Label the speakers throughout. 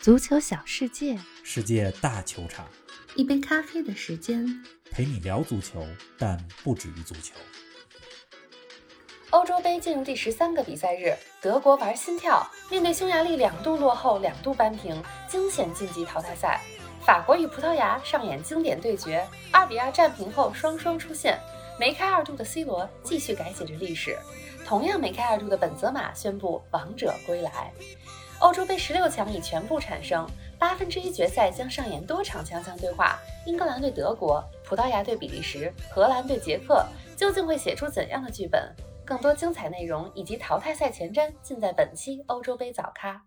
Speaker 1: 足球小世界，
Speaker 2: 世界大球场，
Speaker 1: 一杯咖啡的时间。
Speaker 2: 陪你聊足球，但不止于足球。
Speaker 3: 欧洲杯进入第十三个比赛日，德国玩心跳，面对匈牙利两度落后、两度扳平，惊险晋级淘汰赛。法国与葡萄牙上演经典对决，二比二战平后双双出线。梅开二度的 C 罗继续改写着历史，同样梅开二度的本泽马宣布王者归来。欧洲杯十六强已全部产生，八分之一决赛将上演多场强强对话，英格兰对德国，葡萄牙对比利时，荷兰对捷克，究竟会写出怎样的剧本？更多精彩内容以及淘汰赛前瞻，尽在本期欧洲杯早咖。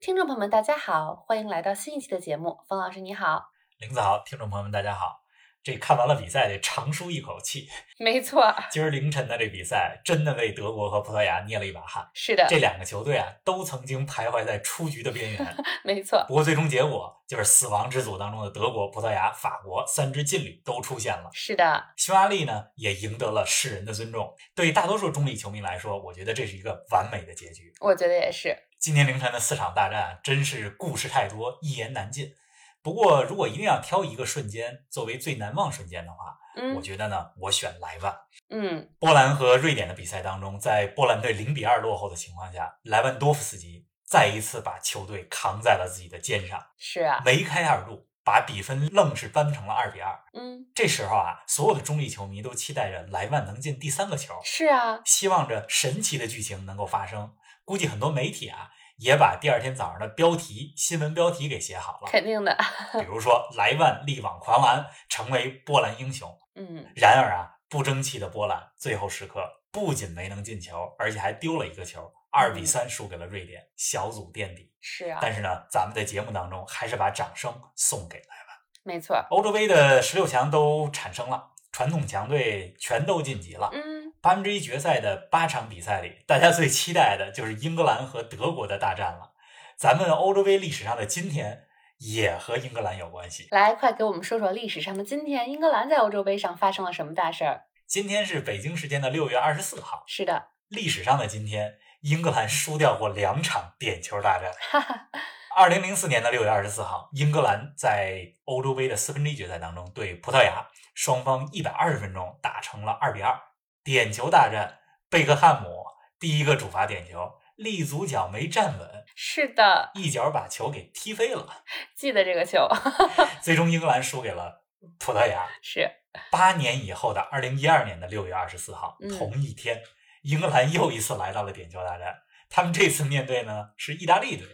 Speaker 3: 听众朋友们，大家好，欢迎来到新一期的节目。冯老师你好，
Speaker 2: 林子豪，听众朋友们，大家好。这看完了比赛得长舒一口气。
Speaker 3: 没错，
Speaker 2: 今儿凌晨的这比赛真的为德国和葡萄牙捏了一把汗。
Speaker 3: 是的，
Speaker 2: 这两个球队啊，都曾经徘徊在出局的边缘。
Speaker 3: 没错，
Speaker 2: 不过最终结果就是死亡之组当中的德国、葡萄牙、法国三支劲旅都出现了。
Speaker 3: 是的，
Speaker 2: 匈牙利呢也赢得了世人的尊重。对大多数中立球迷来说，我觉得这是一个完美的结局。
Speaker 3: 我觉得也是。
Speaker 2: 今天凌晨的四场大战真是故事太多，一言难尽。不过，如果一定要挑一个瞬间作为最难忘瞬间的话，
Speaker 3: 嗯
Speaker 2: 我觉得呢，我选莱万。
Speaker 3: 嗯，
Speaker 2: 波兰和瑞典的比赛当中，在波兰队零比二落后的情况下，莱万多夫斯基再一次把球队扛在了自己的肩上，
Speaker 3: 是啊，
Speaker 2: 梅开二度，把比分愣是扳成了二比二。
Speaker 3: 嗯，
Speaker 2: 这时候啊，所有的中立球迷都期待着莱万能进第三个球，
Speaker 3: 是啊，
Speaker 2: 希望着神奇的剧情能够发生。估计很多媒体啊，也把第二天早上的标题、新闻标题给写好 了。
Speaker 3: 肯定的。
Speaker 2: 比如说莱万力挽狂澜，成为波兰英雄。
Speaker 3: 嗯，
Speaker 2: 然而啊，不争气的波兰最后时刻不仅没能进球，而且还丢了一个球，二比三输给了瑞典，小组垫底。
Speaker 3: 是啊，
Speaker 2: 但是呢，咱们在节目当中还是把掌声送给莱万。
Speaker 3: 没错。
Speaker 2: 欧洲杯的十六强都产生了，传统强队全都晋级了。
Speaker 3: 嗯，
Speaker 2: 八分之一决赛的八场比赛里，大家最期待的就是英格兰和德国的大战了。咱们欧洲杯历史上的今天也和英格兰有关系。
Speaker 3: 来，快给我们说说历史上的今天，英格兰在欧洲杯上发生了什么大事儿？
Speaker 2: 今天是北京时间的六月二十四号，
Speaker 3: 是的，
Speaker 2: 历史上的今天，英格兰输掉过两场点球大战。
Speaker 3: 哈哈，
Speaker 2: 二零零四年的六月二十四号，英格兰在欧洲杯的四分之一决赛当中对葡萄牙，双方一百二十分钟打成了二比二，点球大战，贝克汉姆第一个主罚点球，立足脚没站稳，
Speaker 3: 是的，
Speaker 2: 一脚把球给踢飞了，
Speaker 3: 记得这个球
Speaker 2: 最终英格兰输给了葡萄牙。
Speaker 3: 是，
Speaker 2: 八年以后的二零一二年的六月二十四号，
Speaker 3: 嗯
Speaker 2: 同一天，英格兰又一次来到了点球大战。他们这次面对呢是意大利队，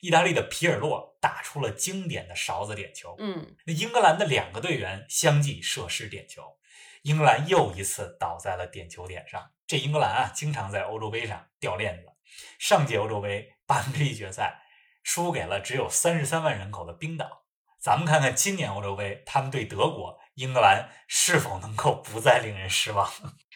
Speaker 2: 意大利的皮尔洛打出了经典的勺子点球，
Speaker 3: 嗯，
Speaker 2: 那英格兰的两个队员相继射失点球，英格兰又一次倒在了点球点上。这英格兰啊，经常在欧洲杯上掉链子。上届欧洲杯八分之一决赛输给了只有三十三万人口的冰岛。咱们看看今年欧洲杯，他们对德国、英格兰是否能够不再令人失望？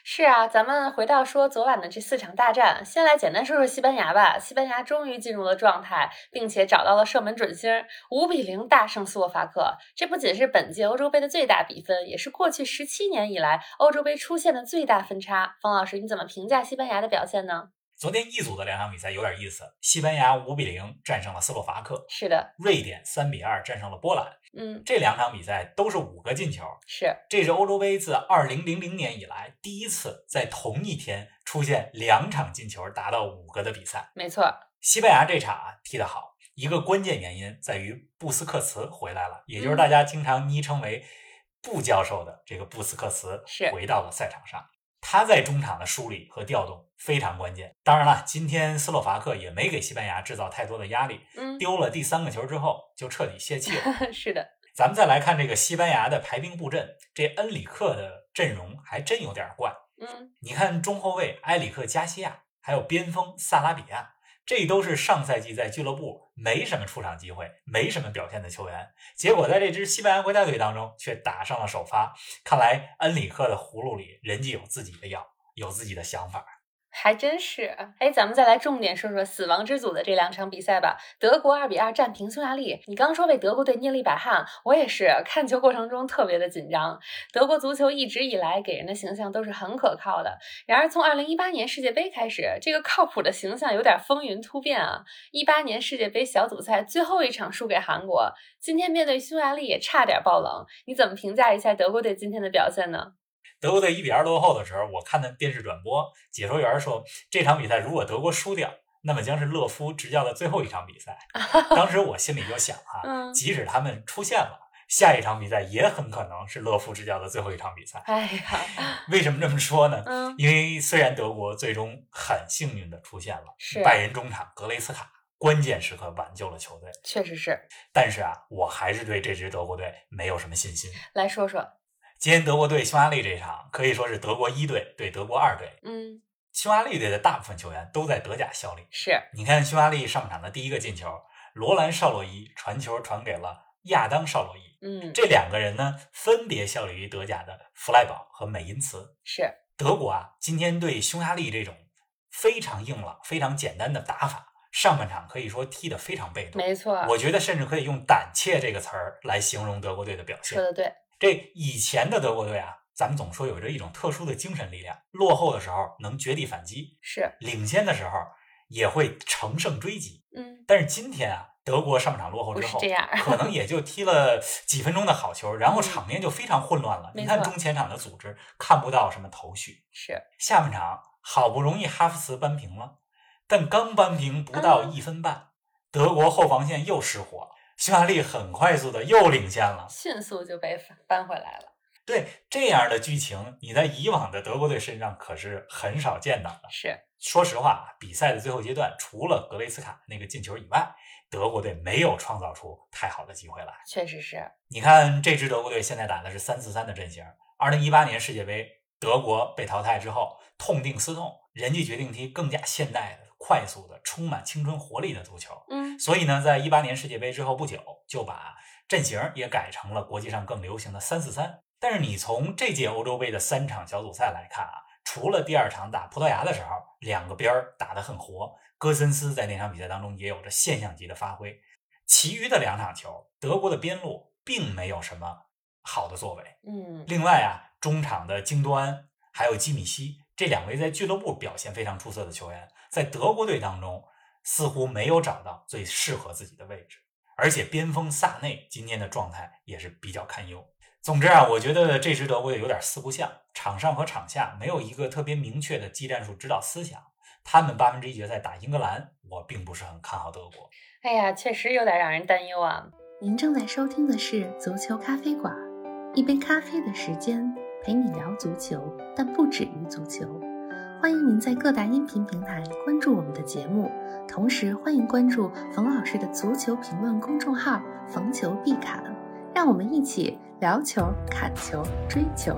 Speaker 3: 是啊。咱们回到说昨晚的这四场大战，先来简单说说西班牙吧。西班牙终于进入了状态，并且找到了射门准星，五比零大胜斯洛伐克。这不仅是本届欧洲杯的最大比分，也是过去十七年以来欧洲杯出现的最大分差。方老师，你怎么评价西班牙的表现呢？
Speaker 2: 昨天一组的两场比赛有点意思，西班牙五比零战胜了斯洛伐克，
Speaker 3: 是的，
Speaker 2: 瑞典三比二战胜了波兰。
Speaker 3: 嗯，
Speaker 2: 这两场比赛都是五个进球，
Speaker 3: 是
Speaker 2: 这是欧洲杯自二零零零年以来第一次在同一天出现两场进球达到五个的比赛。
Speaker 3: 没错，
Speaker 2: 西班牙这场啊踢得好，一个关键原因在于布斯克茨回来了，也就是
Speaker 3: 嗯
Speaker 2: 大家经常昵称为“布教授”的这个布斯克茨
Speaker 3: 是
Speaker 2: 回到了赛场上。他在中场的梳理和调动非常关键。当然了，今天斯洛伐克也没给西班牙制造太多的压力，
Speaker 3: 嗯，
Speaker 2: 丢了第三个球之后就彻底泄气了。
Speaker 3: 是的，
Speaker 2: 咱们再来看这个西班牙的排兵布阵，这恩里克的阵容还真有点怪。
Speaker 3: 嗯，
Speaker 2: 你看中后卫埃里克加西亚，还有边锋萨拉比亚，这都是上赛季在俱乐部没什么出场机会、没什么表现的球员，结果在这支西班牙国家队当中却打上了首发。看来恩里克的葫芦里人家有自己的药，有自己的想法。
Speaker 3: 还真是。哎，咱们再来重点说说死亡之组的这两场比赛吧。德国二比二战平匈牙利，你刚说为德国队捏了一把汗，我也是看球过程中特别的紧张。德国足球一直以来给人的形象都是很可靠的，然而从二零一八年世界杯开始，这个靠谱的形象有点风云突变啊。一八年世界杯小组赛最后一场输给韩国，今天面对匈牙利也差点爆冷。你怎么评价一下德国队今天的表现呢？
Speaker 2: 德国队一比二落后的时候，我看的电视转播，解说员说这场比赛如果德国输掉，那么将是勒夫执教的最后一场比 赛。当时我心里就想啊，
Speaker 3: 嗯
Speaker 2: 即使他们出现了，下一场比赛也很可能是勒夫执教的最后一场比赛。
Speaker 3: 哎呀，
Speaker 2: 为什么这么说呢？
Speaker 3: 嗯，
Speaker 2: 因为虽然德国最终很幸运的出现了
Speaker 3: 是
Speaker 2: 拜仁中场格雷斯卡关键时刻挽救了球队，
Speaker 3: 确实是。
Speaker 2: 但是啊，我还是对这支德国队没有什么信心。
Speaker 3: 来说说，
Speaker 2: 今天德国对匈牙利这场可以说是德国一队对德国二队，
Speaker 3: 嗯，
Speaker 2: 匈牙利队的大部分球员都在德甲效力。
Speaker 3: 是
Speaker 2: 你看匈牙利上场的第一个进球，罗兰·绍洛伊传球传给了亚当·绍洛伊。
Speaker 3: 嗯，
Speaker 2: 这两个人呢，分别效力于德甲的弗赖堡和美因茨。
Speaker 3: 是，
Speaker 2: 德国啊，今天对匈牙利这种非常硬朗、非常简单的打法，上半场可以说踢得非常被动。
Speaker 3: 没错，
Speaker 2: 我觉得甚至可以用“胆怯”这个词儿来形容德国队的表现
Speaker 3: 说。的对，
Speaker 2: 这以前的德国队啊，咱们总说有着一种特殊的精神力量，落后的时候能绝地反击，
Speaker 3: 是，
Speaker 2: 领先的时候也会乘胜追击。
Speaker 3: 嗯，
Speaker 2: 但是今天啊，德国上场落后
Speaker 3: 不
Speaker 2: 之
Speaker 3: 是
Speaker 2: 后
Speaker 3: 这，样儿，
Speaker 2: 可能也就踢了几分钟的好球，然后
Speaker 3: 嗯
Speaker 2: 场面就非常混乱了。
Speaker 3: 没
Speaker 2: 你看
Speaker 3: 错
Speaker 2: 中前场的组织看不到什么头绪，
Speaker 3: 是，
Speaker 2: 下半场好不容易哈弗茨扳平了，但刚扳平不到
Speaker 3: 嗯
Speaker 2: 一分半，德国后防线又失火了，匈牙利很快速的又领先了。
Speaker 3: 迅速就被反扳回来了，
Speaker 2: 对这样的剧情，你在以往的德国队身上可是很少见到的。
Speaker 3: 是，
Speaker 2: 说实话，啊比赛的最后阶段，除了格雷斯卡那个进球以外，德国队没有创造出太好的机会来。
Speaker 3: 确实是，
Speaker 2: 你看，这支德国队现在打的是三四三的阵型。二零一八年世界杯，德国被淘汰之后，痛定思痛，人家决定踢更加现代的、快速的、充满青春活力的足球。
Speaker 3: 嗯，
Speaker 2: 所以呢，在一八年世界杯之后不久，就把阵型也改成了国际上更流行的三四三。但是你从这届欧洲杯的三场小组赛来看啊，除了第二场打葡萄牙的时候，两个边儿打得很活，戈森斯在那场比赛当中也有着现象级的发挥。其余的两场球，德国的边路并没有什么好的作为。
Speaker 3: 嗯，
Speaker 2: 另外啊，中场的京多安还有基米希这两位在俱乐部表现非常出色的球员，在德国队当中似乎没有找到最适合自己的位置，而且边锋萨内今天的状态也是比较堪忧。总之啊，我觉得这支德国队有点四不像，场上和场下没有一个特别明确的技战术指导思想。他们八分之一决赛打英格兰，我并不是很看好德国。
Speaker 3: 哎呀，确实有点让人担忧啊。
Speaker 1: 您正在收听的是《足球咖啡馆》，一杯咖啡的时间陪你聊足球，但不止于足球。欢迎您在各大音频平台关注我们的节目，同时欢迎关注冯老师的足球评论公众号“冯球必侃”，让我们一起聊球、砍球、追球。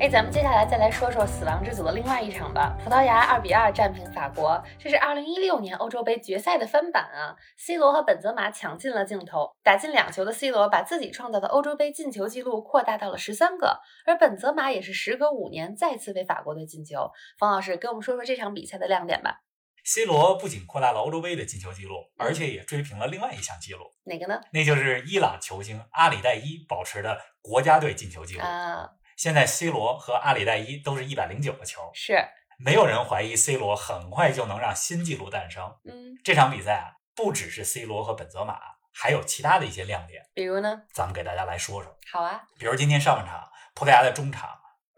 Speaker 3: 哎，咱们接下来再来说说死亡之组的另外一场吧。葡萄牙二比二战平法国，这是二零一六年欧洲杯决赛的翻版啊！C 罗和本泽马抢进了镜头，打进两球的 C 罗把自己创造的欧洲杯进球纪录扩大到了十三个，而本泽马也是时隔五年再次为法国队进球。冯老师，跟我们说说这场比赛的亮点吧，
Speaker 2: C 罗不仅扩大了欧洲杯的进球记录，而且也追平了另外一项记录，
Speaker 3: 哪个呢？
Speaker 2: 那就是伊朗球星阿里代伊保持的国家队进球记录。
Speaker 3: 啊，
Speaker 2: 现在 C 罗和阿里代伊都是一百零九个球，
Speaker 3: 是，
Speaker 2: 没有人怀疑 C 罗很快就能让新纪录诞生。
Speaker 3: 嗯，
Speaker 2: 这场比赛啊，不只是 C 罗和本泽马，还有其他的一些亮点，
Speaker 3: 比如呢？
Speaker 2: 咱们给大家来说说。
Speaker 3: 好啊，
Speaker 2: 比如今天上半场，葡萄牙的中场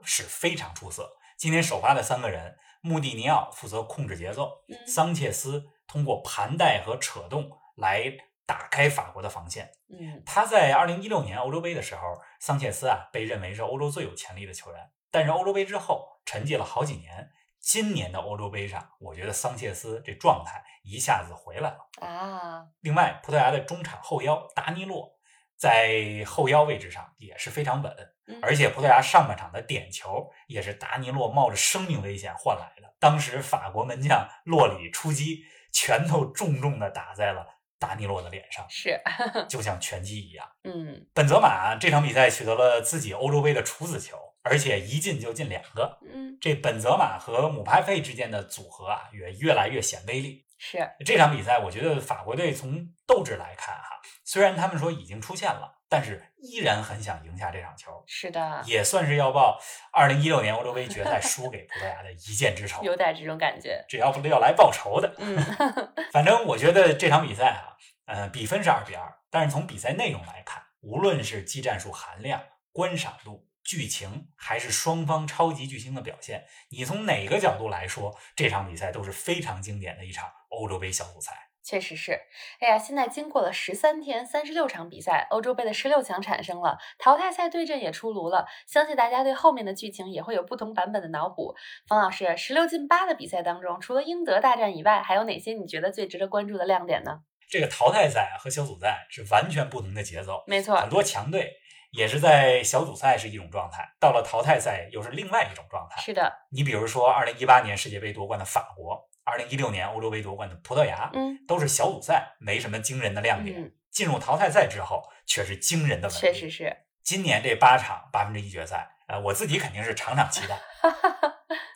Speaker 2: 是非常出色。今天首发的三个人，穆蒂尼奥负责控制节奏，
Speaker 3: 嗯，
Speaker 2: 桑切斯通过盘带和扯动来打开法国的防线。
Speaker 3: 嗯，
Speaker 2: 他在2016年欧洲杯的时候，桑切斯啊被认为是欧洲最有潜力的球员，但是欧洲杯之后沉寂了好几年。今年的欧洲杯上，我觉得桑切斯这状态一下子回来了。
Speaker 3: 啊，
Speaker 2: 另外，葡萄牙的中场后腰达尼洛在后腰位置上也是非常稳，
Speaker 3: 嗯，
Speaker 2: 而且葡萄牙上半场的点球也是达尼洛冒着生命危险换来的。当时法国门将洛里出击，拳头重重地打在了达尼洛的脸上
Speaker 3: 是，
Speaker 2: 就像拳击一样。
Speaker 3: 嗯，
Speaker 2: 本泽马这场比赛取得了自己欧洲杯的处子球，而且一进就进两个。
Speaker 3: 嗯，
Speaker 2: 这本泽马和姆巴佩之间的组合啊，也越来越显威力。
Speaker 3: 是，
Speaker 2: 这场比赛，我觉得法国队从斗志来看哈，虽然他们说已经出现了，但是依然很想赢下这场球，
Speaker 3: 是的，
Speaker 2: 也算是要报2016年欧洲杯决赛输给葡萄牙的一箭之仇。
Speaker 3: 有点这种感觉。
Speaker 2: 这要不要来报仇的？
Speaker 3: 嗯，
Speaker 2: 反正我觉得这场比赛啊，呃，比分是二比二，但是从比赛内容来看，无论是技战术含量、观赏度、剧情，还是双方超级巨星的表现，你从哪个角度来说，这场比赛都是非常经典的一场欧洲杯小组赛。
Speaker 3: 确实是。哎呀，现在经过了十三天、三十六场比赛，欧洲杯的十六强产生了，淘汰赛对阵也出炉了。相信大家对后面的剧情也会有不同版本的脑补。冯老师，十六进八的比赛当中，除了英德大战以外，还有哪些你觉得最值得关注的亮点呢？
Speaker 2: 这个淘汰赛啊和小组赛是完全不同的节奏，
Speaker 3: 没错
Speaker 2: 很，多强队也是在小组赛是一种状态，到了淘汰赛又是另外一种状态。
Speaker 3: 是的，
Speaker 2: 你比如说，二零一八年世界杯夺冠的法国，二零一六年欧洲杯夺冠的葡萄牙，
Speaker 3: 嗯，
Speaker 2: 都是小组赛，没什么惊人的亮点。
Speaker 3: 嗯
Speaker 2: 进入淘汰赛之后，却是惊人的稳定。
Speaker 3: 确实是。
Speaker 2: 今年这八场八分之一决赛，呃，我自己肯定是场场期待。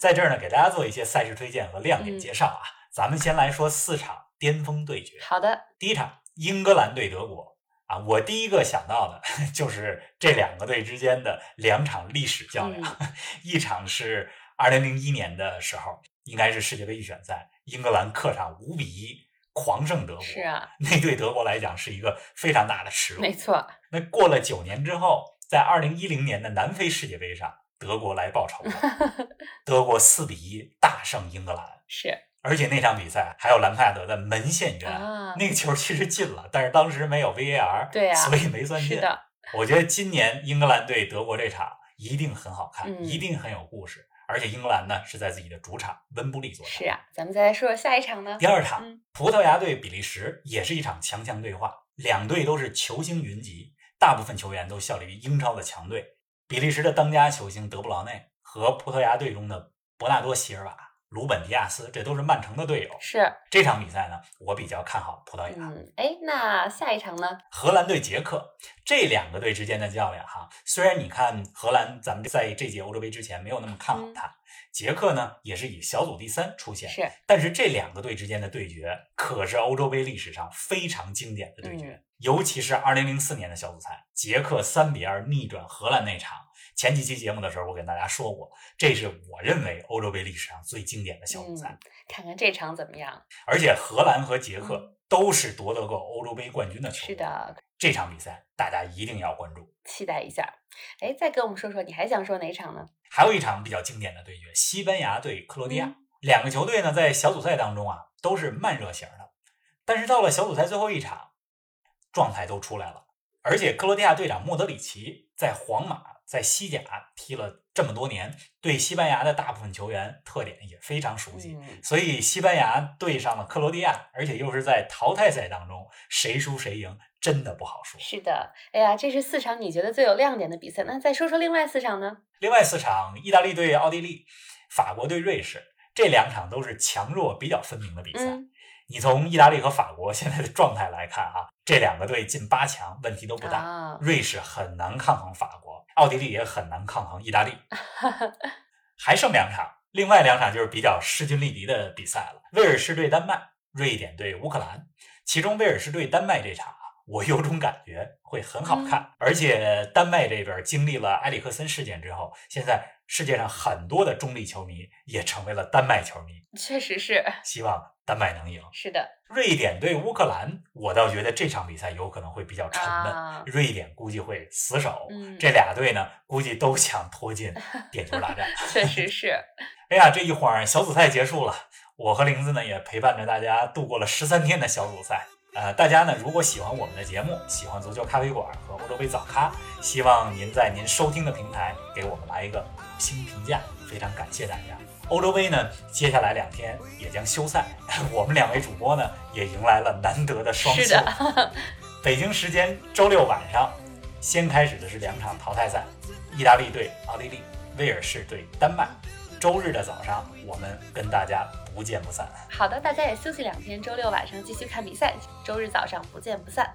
Speaker 2: 在这儿呢，给大家做一些赛事推荐和亮
Speaker 3: 嗯
Speaker 2: 点介绍啊。咱们先来说四场巅峰对决。
Speaker 3: 好的，
Speaker 2: 第一场，英格兰对德国啊，我第一个想到的 就是这两个队之间的两场历史较量，
Speaker 3: 嗯
Speaker 2: 一场是二零零一年的时候，应该是世界杯预选赛，英格兰客场五比一狂胜德国，
Speaker 3: 是啊，
Speaker 2: 那对德国来讲是一个非常大的耻辱。
Speaker 3: 没错，
Speaker 2: 那过了九年之后，在二零一零年的南非世界杯上，德国来报 仇了，德国四比一大胜英格兰。
Speaker 3: 是
Speaker 2: 而且那场比赛还有兰帕德的门线员，
Speaker 3: 啊
Speaker 2: 那个球其实进了，但是当时没有 VAR，
Speaker 3: 对啊
Speaker 2: 所以没算进。
Speaker 3: 是的，
Speaker 2: 我觉得今年英格兰对德国这场一定很好看，
Speaker 3: 嗯
Speaker 2: 一定很有故事。而且英格兰呢是在自己的主场温布利作
Speaker 3: 是
Speaker 2: 战。
Speaker 3: 啊。咱们再来说说下一场呢
Speaker 2: 第？二场，
Speaker 3: 嗯
Speaker 2: 葡萄牙对比利时也是一场强强对话，两队都是球星云集，大部分球员都效力于英超的强队。比利时的当家球星德布劳内和葡萄牙队中的伯纳多·席尔瓦、鲁本·迪亚斯，这都是曼城的队友。
Speaker 3: 是，
Speaker 2: 这场比赛呢，我比较看好葡萄牙、
Speaker 3: 嗯，哎，那下一场呢？
Speaker 2: 荷兰对捷克这两个队之间的较量哈。虽然你看荷兰，咱们在这届欧洲杯之前没有那么看好它，捷克呢也是以小组第三出现，
Speaker 3: 嗯是，
Speaker 2: 但是这两个队之间的对决可是欧洲杯历史上非常经典的对决，
Speaker 3: 嗯
Speaker 2: 尤其是2004年的小组赛，捷克3比2逆转荷兰那场。前几期节目的时候，我给大家说过，这是我认为欧洲杯历史上最经典的小组赛。
Speaker 3: 嗯，看看这场怎么样？
Speaker 2: 而且荷兰和捷克都是夺得过欧洲杯冠军的球
Speaker 3: 嗯是
Speaker 2: 队。，
Speaker 3: 的，
Speaker 2: 这场比赛大家一定要关注。
Speaker 3: 期待一下。哎，再跟我们说说，你还想说哪场呢？
Speaker 2: 还有一场比较经典的对决，西班牙对克罗地亚，
Speaker 3: 嗯
Speaker 2: 两个球队呢在小组赛当中啊都是慢热型的，但是到了小组赛最后一场，状态都出来了。而且克罗地亚队长莫德里奇在皇马、在西甲踢了这么多年，对西班牙的大部分球员特点也非常熟悉。
Speaker 3: 嗯，
Speaker 2: 所以西班牙对上了克罗地亚，而且又是在淘汰赛当中，谁输谁赢真的不好说。
Speaker 3: 是的，哎呀，这是四场你觉得最有亮点的比赛，那再说说另外四场呢？
Speaker 2: 另外四场，意大利对奥地利，法国对瑞士，这两场都是强弱比较分明的比赛。
Speaker 3: 嗯，
Speaker 2: 你从意大利和法国现在的状态来看啊，这两个队进八强问题都不大。
Speaker 3: 啊，
Speaker 2: 瑞士很难抗衡法国，奥地利也很难抗衡意大利。嗯还剩两场，另外两场就是比较势均力敌的比赛了。威尔士对丹麦，瑞典对乌克兰。其中威尔士对丹麦这场啊，我有种感觉会很好
Speaker 3: 嗯
Speaker 2: 看。而且丹麦这边经历了埃里克森事件之后，现在世界上很多的中立球迷也成为了丹麦球迷，
Speaker 3: 确实是，
Speaker 2: 希望丹麦能赢。
Speaker 3: 是的，
Speaker 2: 瑞典对乌克兰，我倒觉得这场比赛有可能会比较沉闷，
Speaker 3: 啊，
Speaker 2: 瑞典估计会死守。
Speaker 3: 嗯，
Speaker 2: 这俩队呢，估计都想拖进点球大战。
Speaker 3: 确实是，
Speaker 2: 哎呀，这一晃儿小组赛结束了，我和玲子呢也陪伴着大家度过了十三天的小组赛。呃，大家呢如果喜欢我们的节目，喜欢足球咖啡馆和欧洲杯早咖，希望您在您收听的平台给我们来一个五星评价，非常感谢大家。欧洲杯呢，接下来两天也将休赛， 我们两位主播呢也迎来了难得的 双休。
Speaker 3: 是的
Speaker 2: 北京时间周六晚上，先开始的是两场淘汰赛，意大利对奥地利，威尔士对丹麦。周日的早上，我们跟大家不见不散。
Speaker 3: 好的，大家也休息两天，周六晚上继续看比赛，周日早上不见不散。